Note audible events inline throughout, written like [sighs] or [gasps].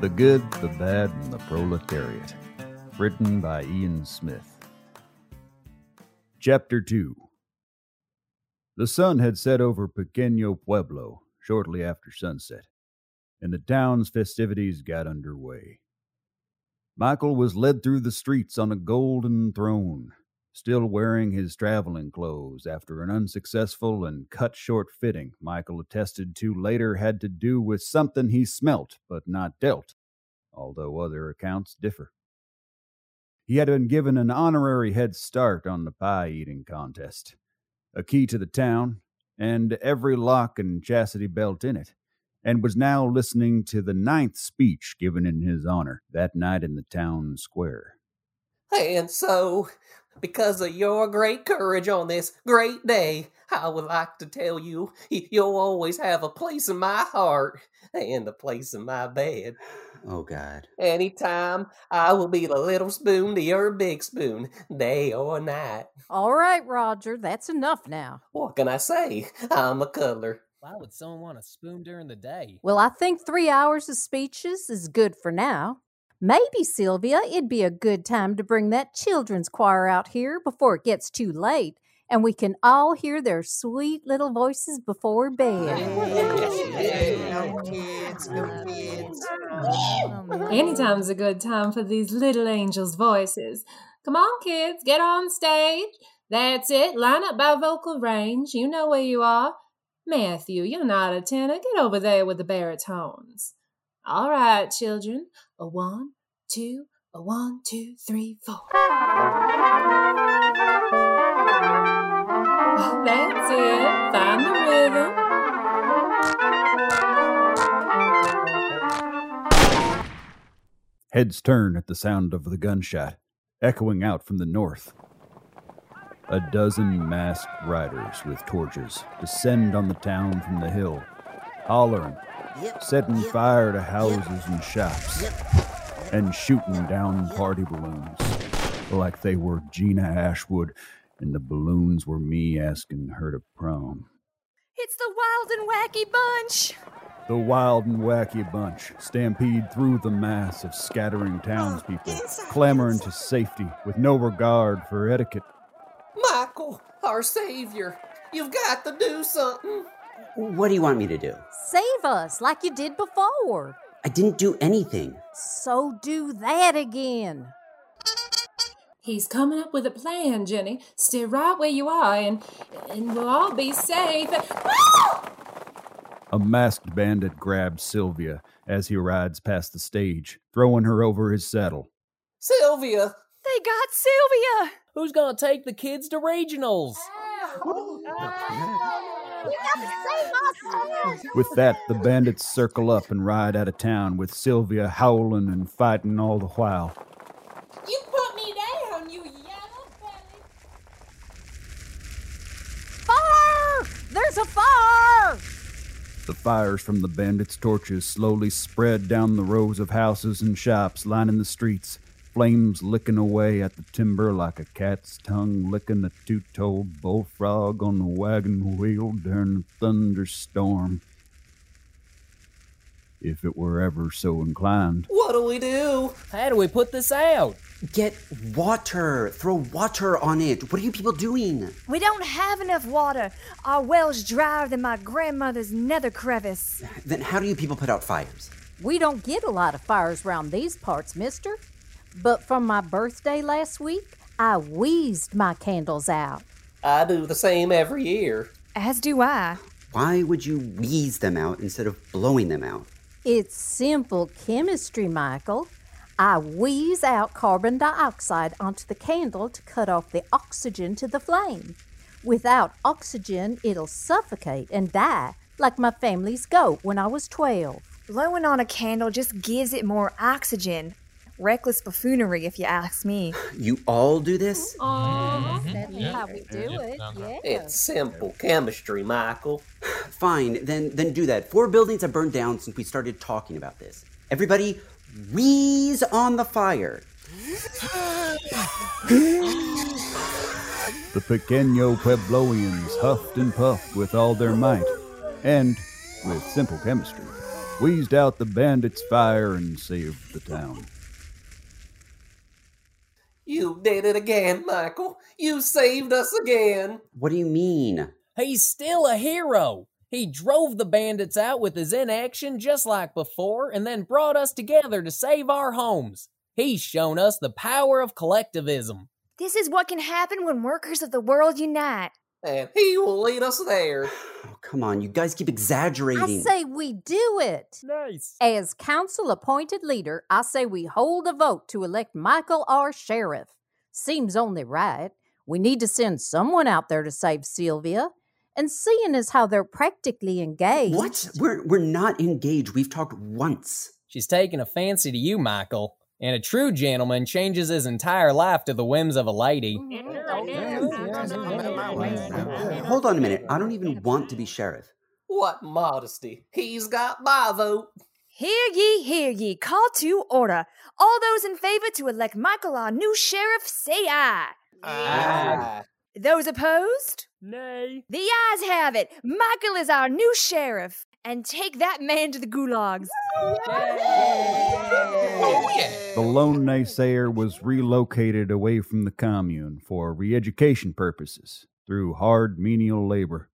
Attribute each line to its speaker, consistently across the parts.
Speaker 1: The Good, the Bad, and the Proletariat. Written by Ian Smith. Chapter 2 The sun had set over Pequeño Pueblo shortly after sunset, and the town's festivities got underway. Michael was led through the streets on a golden throne, still wearing his traveling clothes after an unsuccessful and cut short fitting Michael attested to later had to do with something he smelt but not dealt, although other accounts differ. He had been given an honorary head start on the pie eating contest, a key to the town, and every lock and chastity belt in it and was now listening to the ninth speech given in his honor that night in the town square.
Speaker 2: And so, because of your great courage on this great day, I would like to tell you you'll always have a place in my heart and a place in my bed.
Speaker 3: Oh, God.
Speaker 2: Anytime I will be the little spoon to your big spoon, day or night.
Speaker 4: All right, Roger, that's enough now.
Speaker 2: What can I say? I'm a cuddler.
Speaker 5: Why would someone want a spoon during the day?
Speaker 4: Well, I think three hours of speeches is good for now. Maybe, Sylvia, it'd be a good time to bring that children's choir out here before it gets too late and we can all hear their sweet little voices before bed.
Speaker 6: No kids, no kids.
Speaker 7: Anytime's a good time for these little angels' voices. Come on, kids, get on stage. That's it. Line up by vocal range. You know where you are. Matthew, you're not a tenor. Get over there with the baritones. All right, children. A one, two, a one, two, three, four. That's it. Find the rhythm.
Speaker 1: Heads turn at the sound of the gunshot, echoing out from the north. A dozen masked riders with torches descend on the town from the hill, hollering,
Speaker 6: Yep,
Speaker 1: setting
Speaker 6: yep,
Speaker 1: fire to houses and shops,
Speaker 6: Yep.
Speaker 1: and shooting down party balloons like they were Gina Ashwood and the balloons were me asking her to prom.
Speaker 8: It's the wild and wacky bunch.
Speaker 1: The wild and wacky bunch stampede through the mass of scattering townspeople,
Speaker 6: inside,
Speaker 1: clamoring
Speaker 6: inside.
Speaker 1: to safety with no regard for etiquette.
Speaker 2: Michael, our savior, you've got to do something.
Speaker 3: What do you want me to do?
Speaker 4: Save us like you did before.
Speaker 3: I didn't do anything.
Speaker 4: So do that again.
Speaker 7: He's coming up with a plan, Jenny. Stay right where you are, and and we'll all be safe.
Speaker 1: A masked bandit grabs Sylvia as he rides past the stage, throwing her over his saddle.
Speaker 2: Sylvia,
Speaker 8: They got Sylvia.
Speaker 5: Who's gonna take the kids to regionals?
Speaker 1: With that, the bandits circle up and ride out of town, with Sylvia howling and fighting all the while.
Speaker 9: You put me down, you yellow belly.
Speaker 4: Fire! There's a fire!
Speaker 1: The fires from the bandits' torches slowly spread down the rows of houses and shops lining the streets, flames licking away at the timber like a cat's tongue licking a two toed bullfrog on the wagon wheel during a thunderstorm. If it were ever so inclined.
Speaker 2: what do we do?
Speaker 5: How do we put this out?
Speaker 3: Get water. Throw water on it. What are you people doing?
Speaker 8: We don't have enough water. Our well's drier than my grandmother's nether crevice.
Speaker 3: Then how do you people put out fires?
Speaker 4: We don't get a lot of fires round these parts, mister. But from my birthday last week, I wheezed my candles out.
Speaker 2: I do the same every year.
Speaker 8: As do I.
Speaker 3: Why would you wheeze them out instead of blowing them out?
Speaker 4: It's simple chemistry, Michael. I wheeze out carbon dioxide onto the candle to cut off the oxygen to the flame. Without oxygen, it'll suffocate and die, like my family's goat when I was 12.
Speaker 8: Blowing on a candle just gives it more oxygen. Reckless buffoonery, if you ask me.
Speaker 3: You all do this?
Speaker 4: That's how we do it. Yeah.
Speaker 2: It's simple chemistry,
Speaker 3: [sighs]
Speaker 2: Michael.
Speaker 3: Fine, then then do that. Four buildings have burned down since we started talking about this. Everybody wheeze on the fire. [gasps]
Speaker 1: The Pequeño Puebloians huffed and puffed with all their might, and with simple chemistry, wheezed out the bandit's fire, and saved the town.
Speaker 2: You did it again, Michael. You saved us again.
Speaker 3: What do you mean?
Speaker 5: He's still a hero. He drove the bandits out with his inaction just like before and then brought us together to save our homes. He's shown us the power of collectivism.
Speaker 8: This is what can happen when workers of the world unite.
Speaker 2: And he will lead us there.
Speaker 3: Oh, come on, you guys keep exaggerating.
Speaker 4: I say we do it.
Speaker 5: Nice.
Speaker 4: As council appointed leader, I say we hold a vote to elect Michael R. Sheriff. Seems only right. We need to send someone out there to save Sylvia. And seeing as how they're practically engaged.
Speaker 3: what? We're we're not engaged. We've talked once.
Speaker 5: She's taking a fancy to you, Michael. And a true gentleman changes his entire life to the whims of a lady.
Speaker 3: Hold on a minute. I don't even want to be sheriff.
Speaker 2: What modesty. He's got my vote.
Speaker 8: Hear ye, hear ye. Call to order. All those in favor to elect Michael our new sheriff, say aye.
Speaker 7: [laughs]
Speaker 2: Aye.
Speaker 8: Those opposed?
Speaker 5: Nay.
Speaker 8: The ayes have it. Michael is our new sheriff. And take that man to
Speaker 5: [laughs]
Speaker 8: the gulags.
Speaker 2: Oh, yeah.
Speaker 1: The lone naysayer was relocated away from the commune for re education purposes through hard menial labor.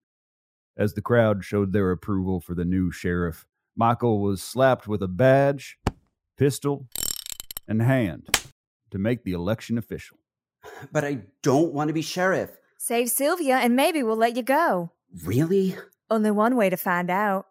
Speaker 1: As the crowd showed their approval for the new sheriff, Michael was slapped with a badge, pistol, and hand to make the election official.
Speaker 3: But I don't want to be sheriff.
Speaker 8: Save Sylvia and maybe we'll let you go.
Speaker 3: Really?
Speaker 8: Only one way to find out.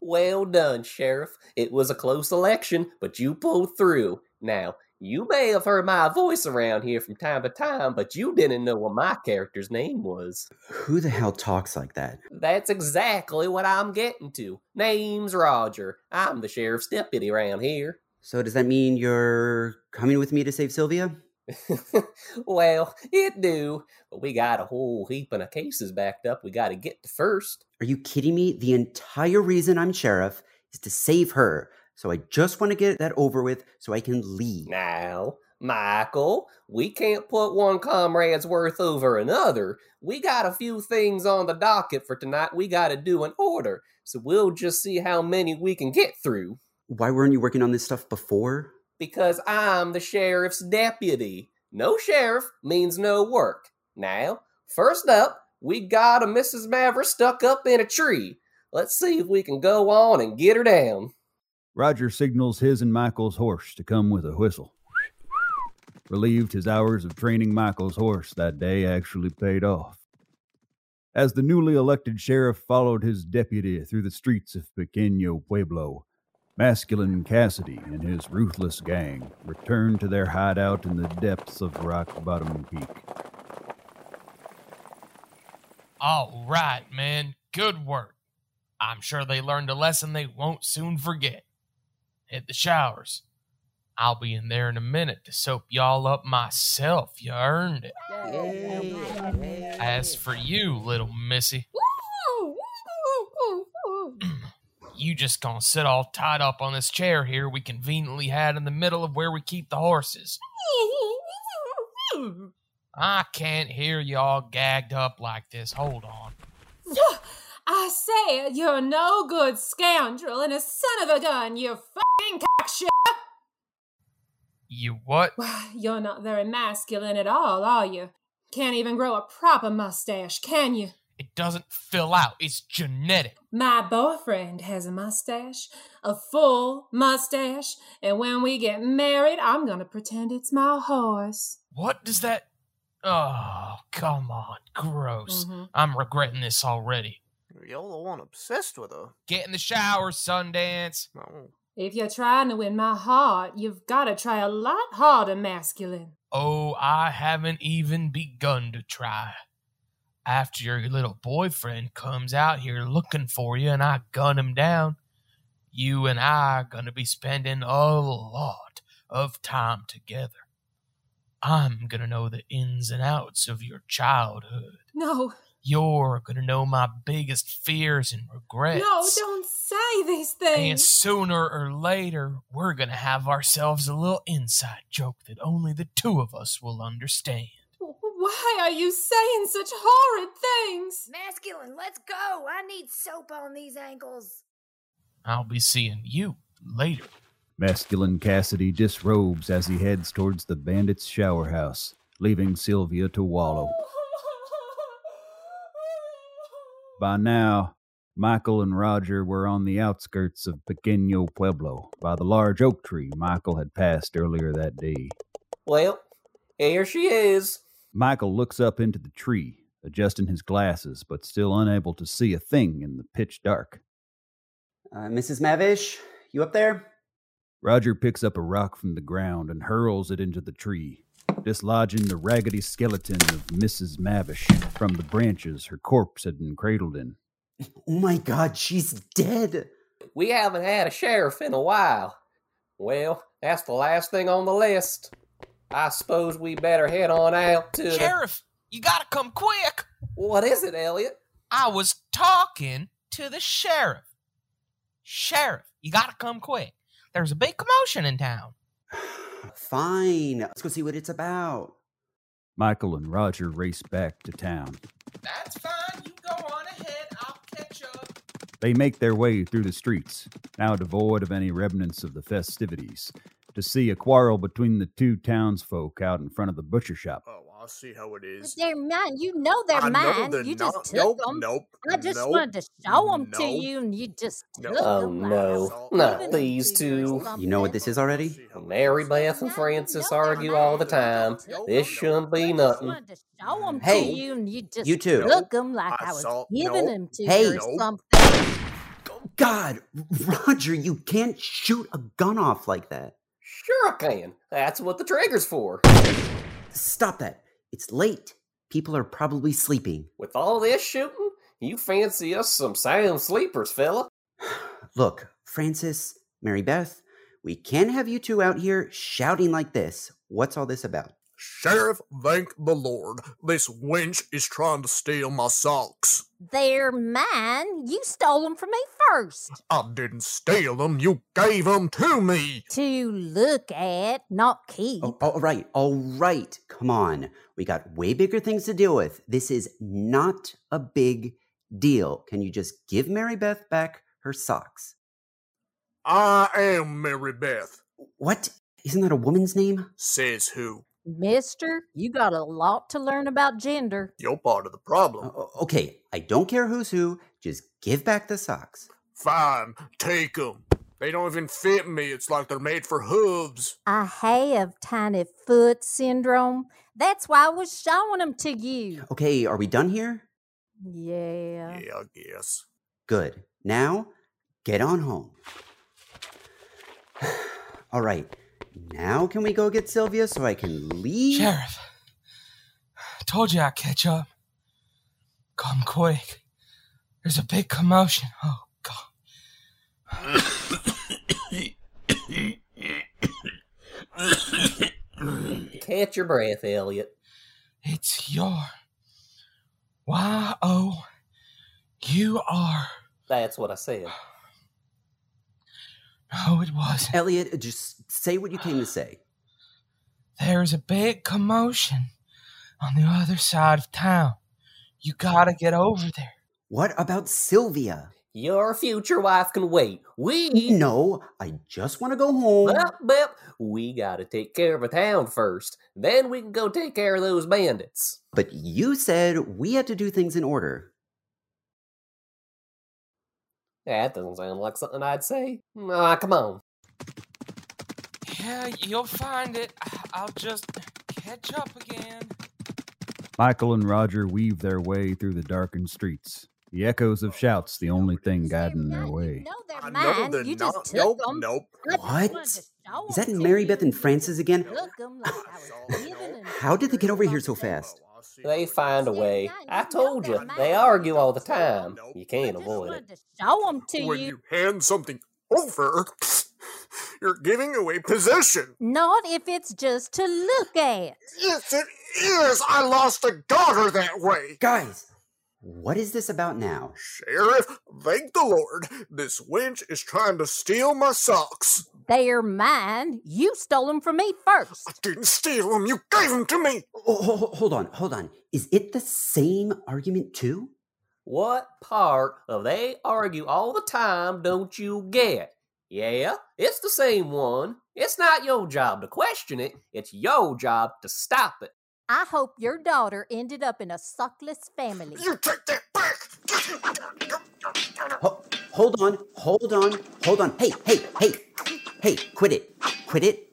Speaker 2: Well done, Sheriff. It was a close election, but you pulled through. Now, you may have heard my voice around here from time to time, but you didn't know what my character's name was.
Speaker 3: Who the hell talks like that?
Speaker 2: That's exactly what I'm getting to. Name's Roger. I'm the sheriff's deputy around here.
Speaker 3: So does that mean you're coming with me to save Sylvia?
Speaker 2: well, it do, but we got a whole heapin' of cases backed up we gotta get to first.
Speaker 3: Are you kidding me? The entire reason I'm sheriff is to save her. So I just want to get that over with so I can leave.
Speaker 2: Now, Michael, we can't put one comrade's worth over another. We got a few things on the docket for tonight we gotta do in order, so we'll just see how many we can get through.
Speaker 3: Why weren't you working on this stuff before?
Speaker 2: Because I'm the sheriff's deputy. No sheriff means no work. Now, first up, we got a Mrs. Maverick stuck up in a tree. Let's see if we can go on and get her down.
Speaker 1: Roger signals his and Michael's horse to come with a whistle. Relieved his hours of training Michael's horse that day actually paid off. As the newly elected sheriff followed his deputy through the streets of Pequeño Pueblo, Masculine Cassidy and his ruthless gang returned to their hideout in the depths of Rock Bottom Peak.
Speaker 10: All right, man. Good work. I'm sure they learned a lesson they won't soon forget. Hit the showers. I'll be in there in a minute to soap y'all up myself. You earned it. As for you, little missy, you just gonna sit all tied up on this chair here we conveniently had in the middle of where we keep the horses. I can't hear y'all gagged up like this. Hold on.
Speaker 7: I say you're a no good scoundrel and a son of a gun, you fucking cockshit.
Speaker 10: You what?
Speaker 7: Why, you're not very masculine at all, are you? Can't even grow a proper mustache, can you?
Speaker 10: It doesn't fill out. It's genetic.
Speaker 7: My boyfriend has a mustache, a full mustache, and when we get married, I'm gonna pretend it's my horse.
Speaker 10: What does that? Oh, come on. Gross.
Speaker 7: Mhm.
Speaker 10: I'm regretting this already.
Speaker 6: Y'all the one obsessed with her.
Speaker 10: Get in the shower, Sundance.
Speaker 6: No.
Speaker 7: If you're trying to win my heart, you've gotta try a lot harder, masculine.
Speaker 10: Oh, I haven't even begun to try. After your little boyfriend comes out here looking for you and I gun him down, you and I are going to be spending a lot of time together. I'm going to know the ins and outs of your childhood.
Speaker 7: No,
Speaker 10: You're going to know my biggest fears and regrets.
Speaker 7: no, don't say these
Speaker 10: And
Speaker 7: things.
Speaker 10: sooner or later, we're going to have ourselves a little inside joke that only the two of us will understand.
Speaker 7: Why are you saying such horrid things?
Speaker 8: Masculine, let's go. I need soap on these ankles.
Speaker 10: I'll be seeing you later.
Speaker 1: Masculine Cassidy disrobes as he heads towards the bandit's shower house, leaving Sylvia to wallow. By now, Michael and Roger were on the outskirts of Pequeño Pueblo by the large oak tree Michael had passed earlier that day.
Speaker 2: Well, here she is.
Speaker 1: Michael looks up into the tree, adjusting his glasses, but still unable to see a thing in the pitch dark.
Speaker 3: Uh, Mrs. Mavish, you up there?
Speaker 1: Roger picks up a rock from the ground and hurls it into the tree, dislodging the raggedy skeleton of Mrs. Mavish from the branches her corpse had been cradled in.
Speaker 3: Oh my god, she's dead!
Speaker 2: We haven't had a sheriff in a while. Well, that's the last thing on the list. I suppose we better head on out to. the-
Speaker 10: Sheriff, you gotta come quick.
Speaker 2: What is it, Elliot?
Speaker 10: I was talking to the sheriff. Sheriff, you gotta come quick. There's a big commotion in town.
Speaker 3: Fine, let's go see what it's about.
Speaker 1: Michael and Roger race back to town.
Speaker 10: That's fine. You go on ahead. I'll catch up.
Speaker 1: They make their way through the streets, now devoid of any remnants of the festivities, to see a quarrel between the two townsfolk out in front of the butcher shop.
Speaker 6: Oh, I'll see how it
Speaker 4: But
Speaker 6: is.
Speaker 4: they're mine. You know they're
Speaker 6: I know
Speaker 4: mine.
Speaker 6: they're
Speaker 4: you
Speaker 6: not-
Speaker 4: just took
Speaker 6: nope,
Speaker 4: them.
Speaker 6: Nope.
Speaker 4: I just
Speaker 6: nope.
Speaker 4: wanted to show them to
Speaker 6: Nope.
Speaker 4: you, and you just
Speaker 6: No.
Speaker 4: took
Speaker 2: Oh,
Speaker 4: them.
Speaker 2: no. Not these two.
Speaker 3: You know what this is already?
Speaker 2: Mary Beth and Francis argue all the time. This shouldn't be nothing.
Speaker 4: wanted to show 'em
Speaker 3: Hey,
Speaker 4: to you, and you just
Speaker 3: you two.
Speaker 4: took them like
Speaker 6: I
Speaker 4: I, was
Speaker 6: saw-
Speaker 4: giving
Speaker 6: nope.
Speaker 4: them to
Speaker 3: Hey.
Speaker 4: you or
Speaker 6: Nope.
Speaker 4: something.
Speaker 3: God, Roger, you can't shoot a gun off like that.
Speaker 2: Sure, I can. That's what the trigger's for.
Speaker 3: Stop that. It's late. People are probably sleeping.
Speaker 2: With all this shooting, you fancy us some sound sleepers, fella.
Speaker 3: Look, Francis, Mary Beth, we can have you two out here shouting like this. What's all this about?
Speaker 6: Sheriff, thank the Lord. This wench is trying to steal my socks.
Speaker 4: They're mine. You stole them from me first
Speaker 6: I didn't steal them. You gave them to me.
Speaker 4: to look at, not keep.
Speaker 3: Oh, all right, all right. Come on. We got way bigger things to deal with. This is not a big deal. Can you just give Mary Beth back her socks?
Speaker 6: I am Mary Beth.
Speaker 3: What? Isn't that a woman's name?
Speaker 6: Says who?
Speaker 4: Mister, you got a lot to learn about gender.
Speaker 6: You're part of the problem.
Speaker 3: O- o- Okay, I don't care who's who. Just give back the socks.
Speaker 6: Fine, take 'em. They don't even fit me. It's like they're made for hooves.
Speaker 4: [coughs] I have tiny foot syndrome. That's why I was showing them to you.
Speaker 3: Okay, are we done here?
Speaker 4: Yeah.
Speaker 6: Yeah, I guess.
Speaker 3: Good. Now, get on home. [sighs] All right. Now, can we go get Sylvia so I can leave?
Speaker 10: Sheriff, told you I'd catch up. Come quick. There's a big commotion. Oh, God.
Speaker 2: Catch your breath, Elliot.
Speaker 10: It's your Y O U R.
Speaker 2: That's what I said.
Speaker 10: No, Oh, it was.
Speaker 3: Elliot, just say what you came to say.
Speaker 10: There's a big commotion on the other side of town. You gotta get over there.
Speaker 3: What about Sylvia?
Speaker 2: Your future wife can wait. We.
Speaker 3: No, I just want to go home.
Speaker 2: Bep, bep. We gotta take care of the town first. Then we can go take care of those bandits.
Speaker 3: But you said we had to do things in order.
Speaker 2: That doesn't sound like something I'd say. Ah, come on.
Speaker 10: Yeah, you'll find it. I'll just catch up again.
Speaker 1: Michael and Roger weave their way through the darkened streets, the echoes of shouts the only thing guiding their way.
Speaker 4: You know they're
Speaker 6: I know
Speaker 4: mine.
Speaker 6: they're
Speaker 4: you
Speaker 6: not.
Speaker 4: just took
Speaker 6: nope,
Speaker 4: 'em.
Speaker 6: nope.
Speaker 4: I just wanted
Speaker 3: What?
Speaker 4: to show
Speaker 3: Is
Speaker 4: 'em
Speaker 3: that
Speaker 4: to
Speaker 3: Mary
Speaker 4: you.
Speaker 3: Beth and Francis again?
Speaker 4: Look 'em like I was giving 'em
Speaker 3: How
Speaker 4: to
Speaker 3: did they
Speaker 4: you
Speaker 3: get over here
Speaker 4: like
Speaker 3: so
Speaker 4: that.
Speaker 3: fast?
Speaker 2: They find a way. I told you, they
Speaker 4: Nope.
Speaker 2: argue all the time. You can't
Speaker 4: I just
Speaker 2: avoid it.
Speaker 4: wanted to show 'em to
Speaker 6: When
Speaker 4: you.
Speaker 6: you hand something over, [laughs] you're giving away possession.
Speaker 4: Not if it's just to look at.
Speaker 6: Yes, it is. I lost a daughter that way.
Speaker 3: Guys, what is this about now?
Speaker 6: Sheriff, thank the Lord. This wench is trying to steal my socks.
Speaker 4: They're mine. You stole them from me first.
Speaker 6: I didn't steal them. You gave them to me.
Speaker 3: Oh, ho- ho- hold on, hold on. Is it the same argument too?
Speaker 2: What part of they argue all the time don't you get? Yeah, it's the same one. It's not your job to question it, it's your job to stop it.
Speaker 4: I hope your daughter ended up in a suckless family.
Speaker 6: You take that
Speaker 3: back! Ho- hold on, hold on, hold on. Hey, hey, hey, hey, quit it, quit it.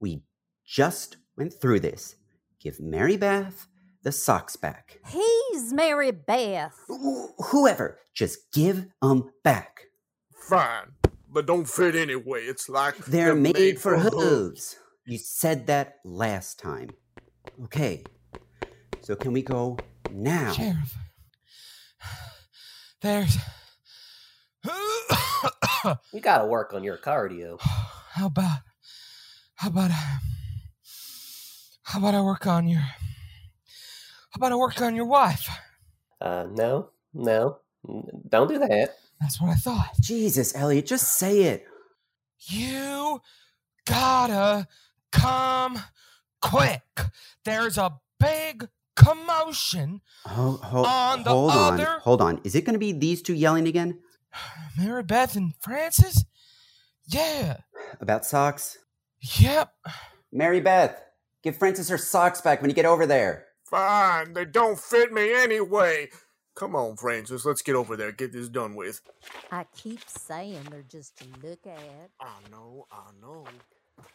Speaker 3: We just went through this. Give Mary Beth the socks back.
Speaker 4: He's Mary Beth.
Speaker 3: Wh- Whoever, just give 'em back.
Speaker 6: Fine, but don't fit anyway. It's like
Speaker 3: They're, made, for hooves. You said that last time. Okay, so can we go now?
Speaker 10: Sheriff. [sighs] There's. [coughs]
Speaker 2: You gotta work on your cardio.
Speaker 10: How about. How about. I- How about I work on your. How about I work [sighs] on your wife?
Speaker 2: Uh, no, no, n- don't do that.
Speaker 10: That's what I thought.
Speaker 3: Jesus, Elliot, just say it.
Speaker 10: You gotta come quick. There's a big commotion.
Speaker 3: Ho- ho-
Speaker 10: On the
Speaker 3: hold on,
Speaker 10: other-
Speaker 3: hold on. Is it going to be these two yelling again
Speaker 10: Mary Beth and Francis? Yeah.
Speaker 3: about socks?
Speaker 10: Yep.
Speaker 3: Mary Beth, give Frances her socks back when you get over there.
Speaker 6: Fine, they don't fit me anyway. Come on, Francis, let's get over there, get this done with.
Speaker 4: I keep saying they're just to look at.
Speaker 6: I know, I know.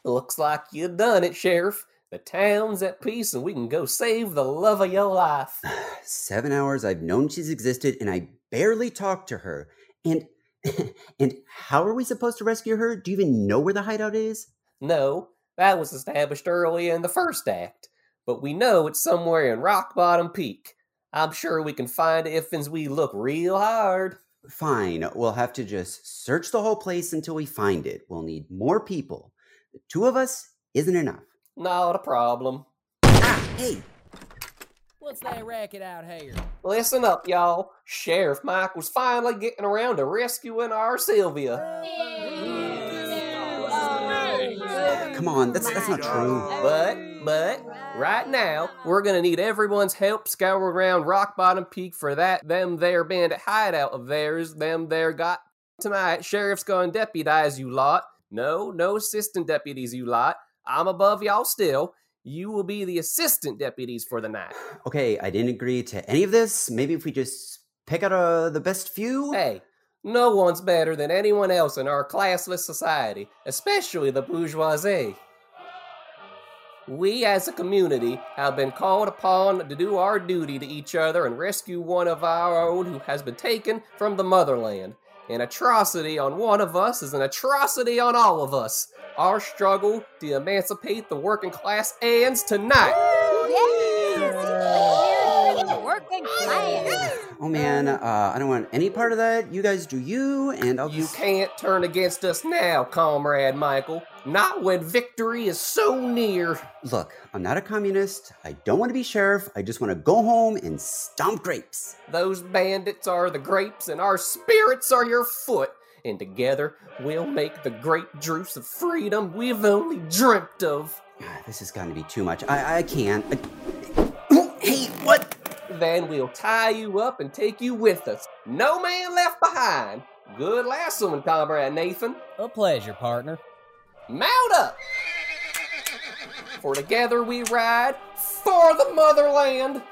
Speaker 2: Looks like you done it, Sheriff. The town's at peace and we can go save the love of your life.
Speaker 3: Seven hours I've known she's existed, and I barely talked to her. And [laughs] and how are we supposed to rescue her? Do you even know where the hideout is?
Speaker 2: No, that was established early in the first act, but we know it's somewhere in Rock Bottom Peak. I'm sure we can find it if as we look real hard.
Speaker 3: Fine, we'll have to just search the whole place until we find it. We'll need more people. The two of us isn't enough.
Speaker 2: Not a problem.
Speaker 3: Ah, hey,
Speaker 5: What's that racket out here?
Speaker 2: Listen up, y'all. Sheriff Mike was finally getting around to rescuing our Sylvia.
Speaker 3: come on, that's that's not true.
Speaker 2: But, but, right now, we're gonna need everyone's help scour around Rock Bottom Peak for that them there bandit hideout of theirs, them there got tonight. Sheriff's gonna deputize you lot. No, no assistant deputies, you lot. I'm above y'all still. You will be the assistant deputies for the night.
Speaker 3: Okay, I didn't agree to any of this. Maybe if we just pick out uh, the best few.
Speaker 2: Hey, no one's better than anyone else in our classless society, especially the bourgeoisie. We as a community have been called upon to do our duty to each other and rescue one of our own who has been taken from the motherland. An atrocity on one of us is an atrocity on all of us. Our struggle to emancipate the working class ends tonight.
Speaker 4: Yes! We're Working class.
Speaker 3: Oh man, uh, I don't want any part of that. You guys do you, and I'll
Speaker 2: You
Speaker 3: just-
Speaker 2: can't turn against us now, comrade Michael. Not when victory is so near.
Speaker 3: Look, I'm not a communist. I don't want to be sheriff. I just want to go home and stomp grapes.
Speaker 2: Those bandits are the grapes, and our spirits are your foot. And together we'll make the great juice of freedom we've only dreamt of.
Speaker 3: Ah, This has gotten to be too much. I, I can't. I- hey, what?
Speaker 2: Then we'll tie you up and take you with us. No man left behind. Good lassoing, comrade Nathan.
Speaker 5: A pleasure, partner.
Speaker 2: Mount up! For together we ride for the motherland.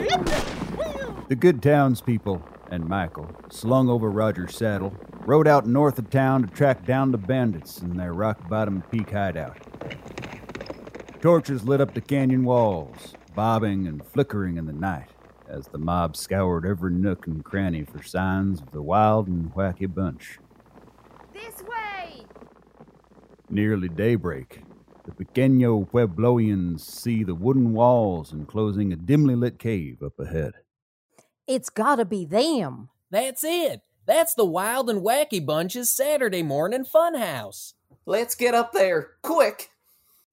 Speaker 1: The good townspeople and Michael slung over Roger's saddle, rode out north of town to track down the bandits in their rock bottom peak hideout. Torches lit up the canyon walls, bobbing and flickering in the night as the mob scoured every nook and cranny for signs of the wild and wacky bunch.
Speaker 8: This way!
Speaker 1: Nearly daybreak, the Pequeño Puebloians see the wooden walls enclosing a dimly lit cave up ahead.
Speaker 4: It's gotta be them.
Speaker 5: That's it. That's the Wild and Wacky Bunch's Saturday morning funhouse.
Speaker 2: Let's get up there, quick.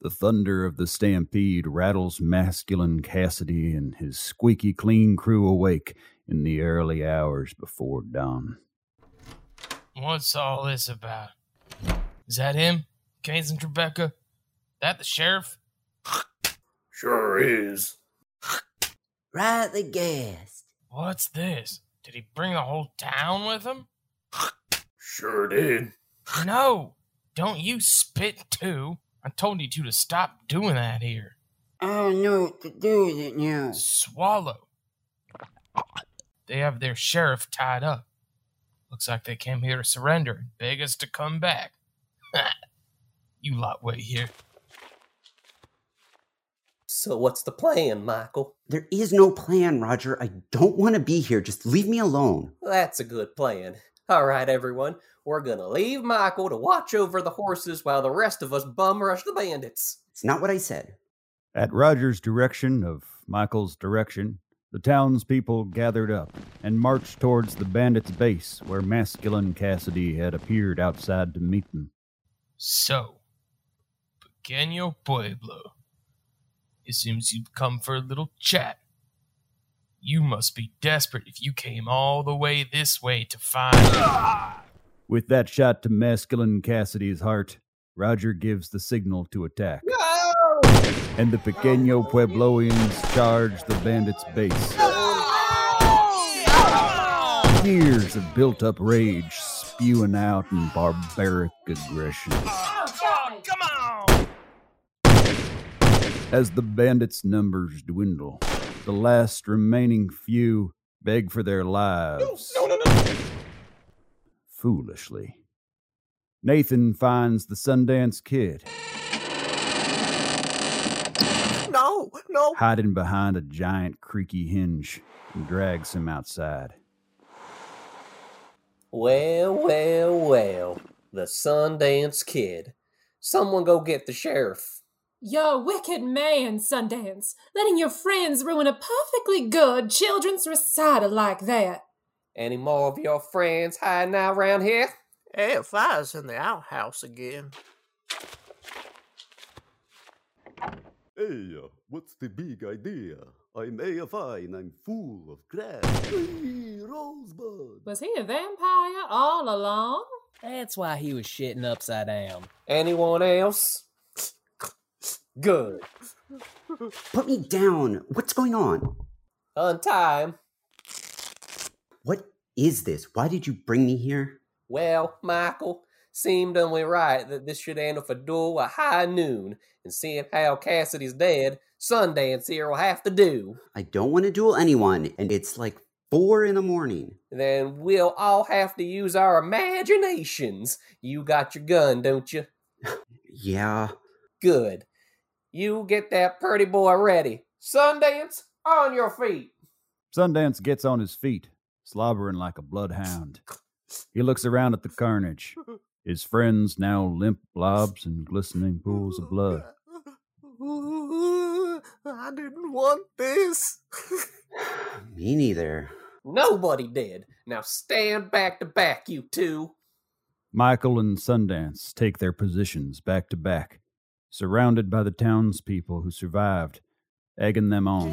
Speaker 1: The thunder of the stampede rattles masculine Cassidy and his squeaky clean crew awake in the early hours before dawn.
Speaker 10: What's all this about? Is that him? Canes and Rebecca? That the sheriff?
Speaker 11: Sure is.
Speaker 3: Rightly guessed.
Speaker 10: What's this? Did he bring the whole town with him?
Speaker 11: Sure did.
Speaker 10: No! Don't you spit too! I told you two to stop doing that here.
Speaker 3: I don't know what to do with it now.
Speaker 10: Swallow. They have their sheriff tied up. Looks like they came here to surrender and beg us to come back. [laughs] you lot wait here.
Speaker 2: So what's the plan, Michael?
Speaker 3: There is no plan, Roger. I don't want to be here. Just leave me alone.
Speaker 2: That's a good plan. All right, everyone. We're going to leave Michael to watch over the horses while the rest of us bum rush the bandits.
Speaker 3: It's not what I said.
Speaker 1: At Roger's direction, of Michael's direction, the townspeople gathered up and marched towards the bandits' base where masculine Cassidy had appeared outside to meet them.
Speaker 10: So, Pequeño Pueblo, it seems you've come for a little chat. You must be desperate if you came all the way this way to find.
Speaker 1: With that shot to masculine Cassidy's heart, Roger gives the signal to attack. And the Pequeño Puebloans charge the bandits' base. Years of built up rage spewing out in barbaric aggression. As the bandits' numbers dwindle, the last remaining few beg for their lives. Foolishly. Nathan finds the Sundance Kid.
Speaker 6: No, no.
Speaker 1: hiding behind a giant creaky hinge and drags him outside.
Speaker 2: Well, well, well. The Sundance Kid. Someone go get the sheriff.
Speaker 7: You're a wicked man, Sundance, letting your friends ruin a perfectly good children's recital like that.
Speaker 2: Any more of your friends hiding out around here?
Speaker 12: Hey, a fire's in the outhouse again.
Speaker 13: Hey, uh, what's the big idea? I'm AFI and I'm full of crap. Rosebud!
Speaker 7: Was he a vampire all along?
Speaker 5: That's why he was shitting upside down.
Speaker 2: Anyone else?
Speaker 12: [laughs]
Speaker 2: Good.
Speaker 3: Put me down. What's going on?
Speaker 2: On time.
Speaker 3: What is this? Why did you bring me here?
Speaker 2: Well, Michael, seemed only right that this should end with a duel at high noon, and seeing how Cassidy's dead, Sundance here will have to do.
Speaker 3: I don't want to duel anyone, and it's like four in the morning.
Speaker 2: Then we'll all have to use our imaginations. You got your gun, don't you?
Speaker 3: Yeah.
Speaker 2: Good. You get that pretty boy ready. Sundance, on your feet.
Speaker 1: Sundance gets on his feet, slobbering like a bloodhound. He looks around at the carnage, his friends now limp blobs and glistening pools of blood.
Speaker 12: I didn't want this.
Speaker 3: Me neither.
Speaker 2: Nobody did. Now stand back to back, you two.
Speaker 1: Michael and Sundance take their positions back to back, surrounded by the townspeople who survived, egging them on.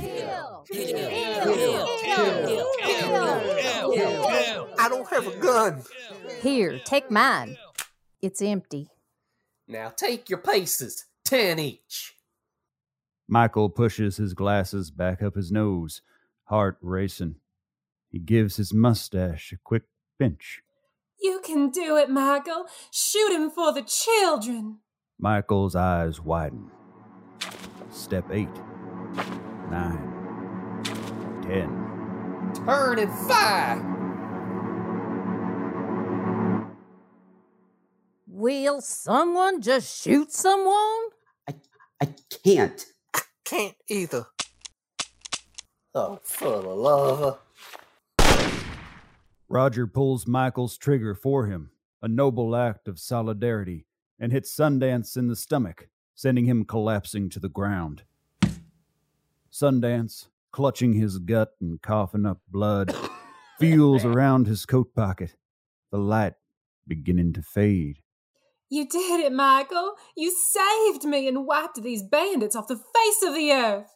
Speaker 12: I don't have a gun.
Speaker 4: Here, take mine. It's empty.
Speaker 2: Now take your paces, ten each.
Speaker 1: Michael pushes his glasses back up his nose, heart racing. He gives his mustache a quick pinch.
Speaker 7: You can do it, Michael. Shoot him for the children.
Speaker 1: Michael's eyes widen. Step eight, nine, ten.
Speaker 2: Turn and fire!
Speaker 4: Will someone just shoot someone?
Speaker 3: I can't.
Speaker 12: Can't either.
Speaker 2: Oh, full of lava.
Speaker 1: Roger pulls Michael's trigger for him, a noble act of solidarity, and hits Sundance in the stomach, sending him collapsing to the ground. Sundance, clutching his gut and coughing up blood, feels around his coat pocket, the light beginning to fade.
Speaker 7: You did it, Michael. You saved me and wiped these bandits off the face of the earth.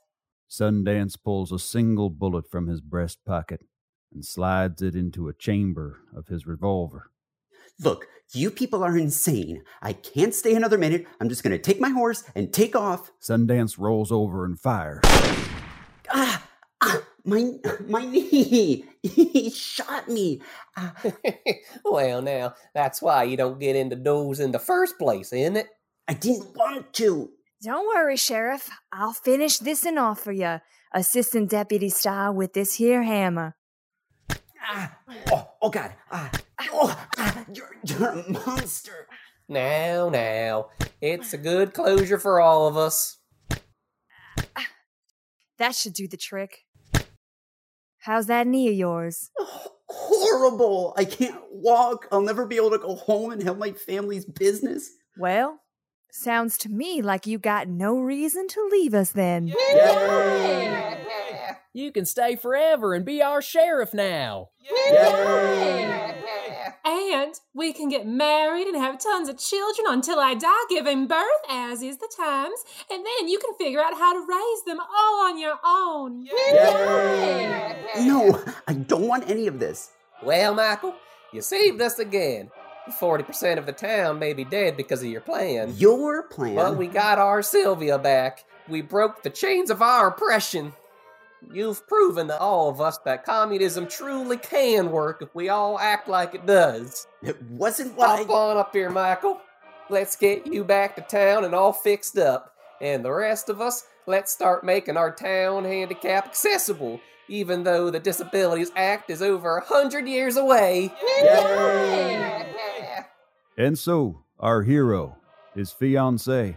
Speaker 1: Sundance pulls a single bullet from his breast pocket and slides it into a chamber of his revolver.
Speaker 3: Look, you people are insane. I can't stay another minute. I'm just going to take my horse and take off.
Speaker 1: Sundance rolls over and fires.
Speaker 3: Ah, ah, my my knee. [laughs] he shot me. Ah.
Speaker 2: well, now, that's why you don't get into duels in the first place, isn't it?
Speaker 3: I didn't want to. [laughs]
Speaker 8: Don't worry, Sheriff. I'll finish this and off for you, assistant deputy style, with this here hammer.
Speaker 3: Ah, oh, oh God. Ah, oh, ah, you're, you're a monster.
Speaker 2: Now, now, it's a good closure for all of us.
Speaker 8: That should do the trick. How's that knee of
Speaker 5: [sighs]
Speaker 8: yours?
Speaker 3: Horrible. I can't walk. I'll never be able to go home and help my family's business.
Speaker 8: Well, sounds to me like you got no reason to leave us then.
Speaker 5: Yeah. Yeah. You can stay forever and be our sheriff now.
Speaker 7: Yeah. And we can get married and have tons of children until I die, giving birth as is the times, and then you can figure out how to raise them all on your own.
Speaker 3: [laughs] No, I don't want any of this.
Speaker 2: Well, Michael, you saved us again. 40% of the town may be dead because of your plan.
Speaker 3: Your plan?
Speaker 2: But we got our Sylvia back. We broke the chains of our oppression. You've proven to all of us that communism truly can work if we all act like it does.
Speaker 3: It wasn't what
Speaker 2: Hop
Speaker 3: I-
Speaker 2: on up here, Michael. Let's get you back to town and all fixed up. And the rest of us, let's start making our town handicap accessible, even though the Disabilities Act is over a hundred years away.
Speaker 1: And so, our hero, his fiancee,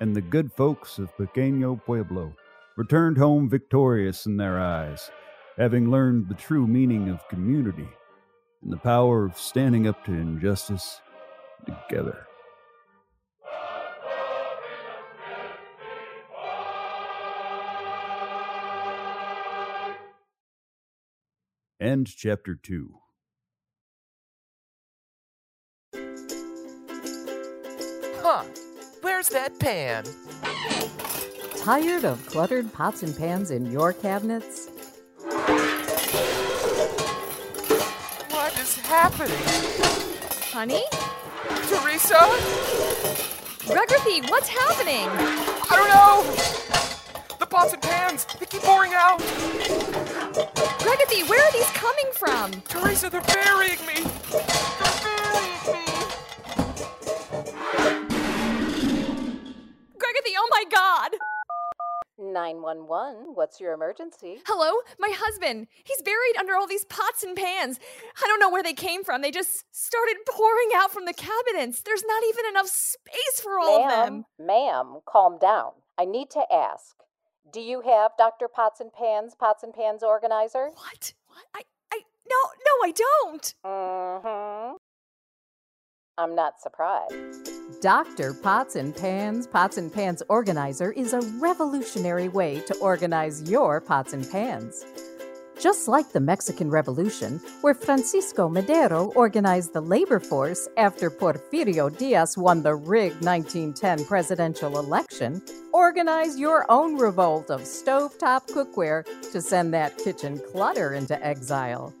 Speaker 1: and the good folks of Pequeño Pueblo returned home victorious in their eyes, having learned the true meaning of community and the power of standing up to injustice together. End chapter 2.
Speaker 14: Huh. Where's that pan?
Speaker 15: Tired of cluttered pots and pans in your cabinets?
Speaker 14: What is happening?
Speaker 8: Honey?
Speaker 14: Teresa?
Speaker 8: Rugrapy, what's happening?
Speaker 14: I don't know! The pots and pans, they keep pouring out!
Speaker 8: Rugrapy, where are these coming from?
Speaker 14: Teresa, they're burying me! They're burying me!
Speaker 8: Rugrapy, oh my god!
Speaker 15: 911, what's your emergency?
Speaker 8: Hello? My husband! He's buried under all these pots and pans. I don't know where they came from. They just started pouring out from the cabinets. There's not even enough space for all
Speaker 15: ma'am,
Speaker 8: of them.
Speaker 15: Ma'am, calm down. I need to ask. Do you have Dr. Pots and Pans, Pots and Pans organizer?
Speaker 8: What? What? I, I, no, no, I don't.
Speaker 15: Mm-hmm. I'm not surprised. Dr. Pots and Pans, Pots and Pans Organizer is a revolutionary way to organize your pots and pans. Just like the Mexican Revolution, where Francisco Madero organized the labor force after Porfirio Diaz won the rigged 1910 presidential election, organize your own revolt of stovetop cookware to send that kitchen clutter into exile.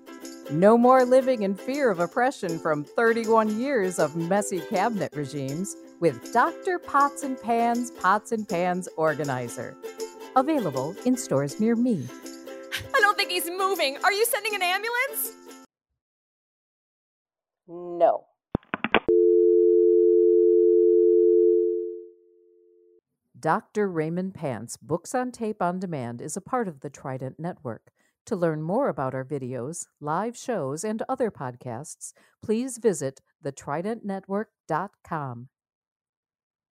Speaker 15: No more living in fear of oppression from 31 years of messy cabinet regimes with Dr. Pots and Pans Pots and Pans Organizer. Available in stores near me.
Speaker 8: I don't think he's moving. Are you sending an ambulance?
Speaker 15: No. Dr. Raymond Pants, Books on Tape on Demand, is a part of the Trident Network. To learn more about our videos, live shows, and other podcasts, please visit thetridentnetwork.com.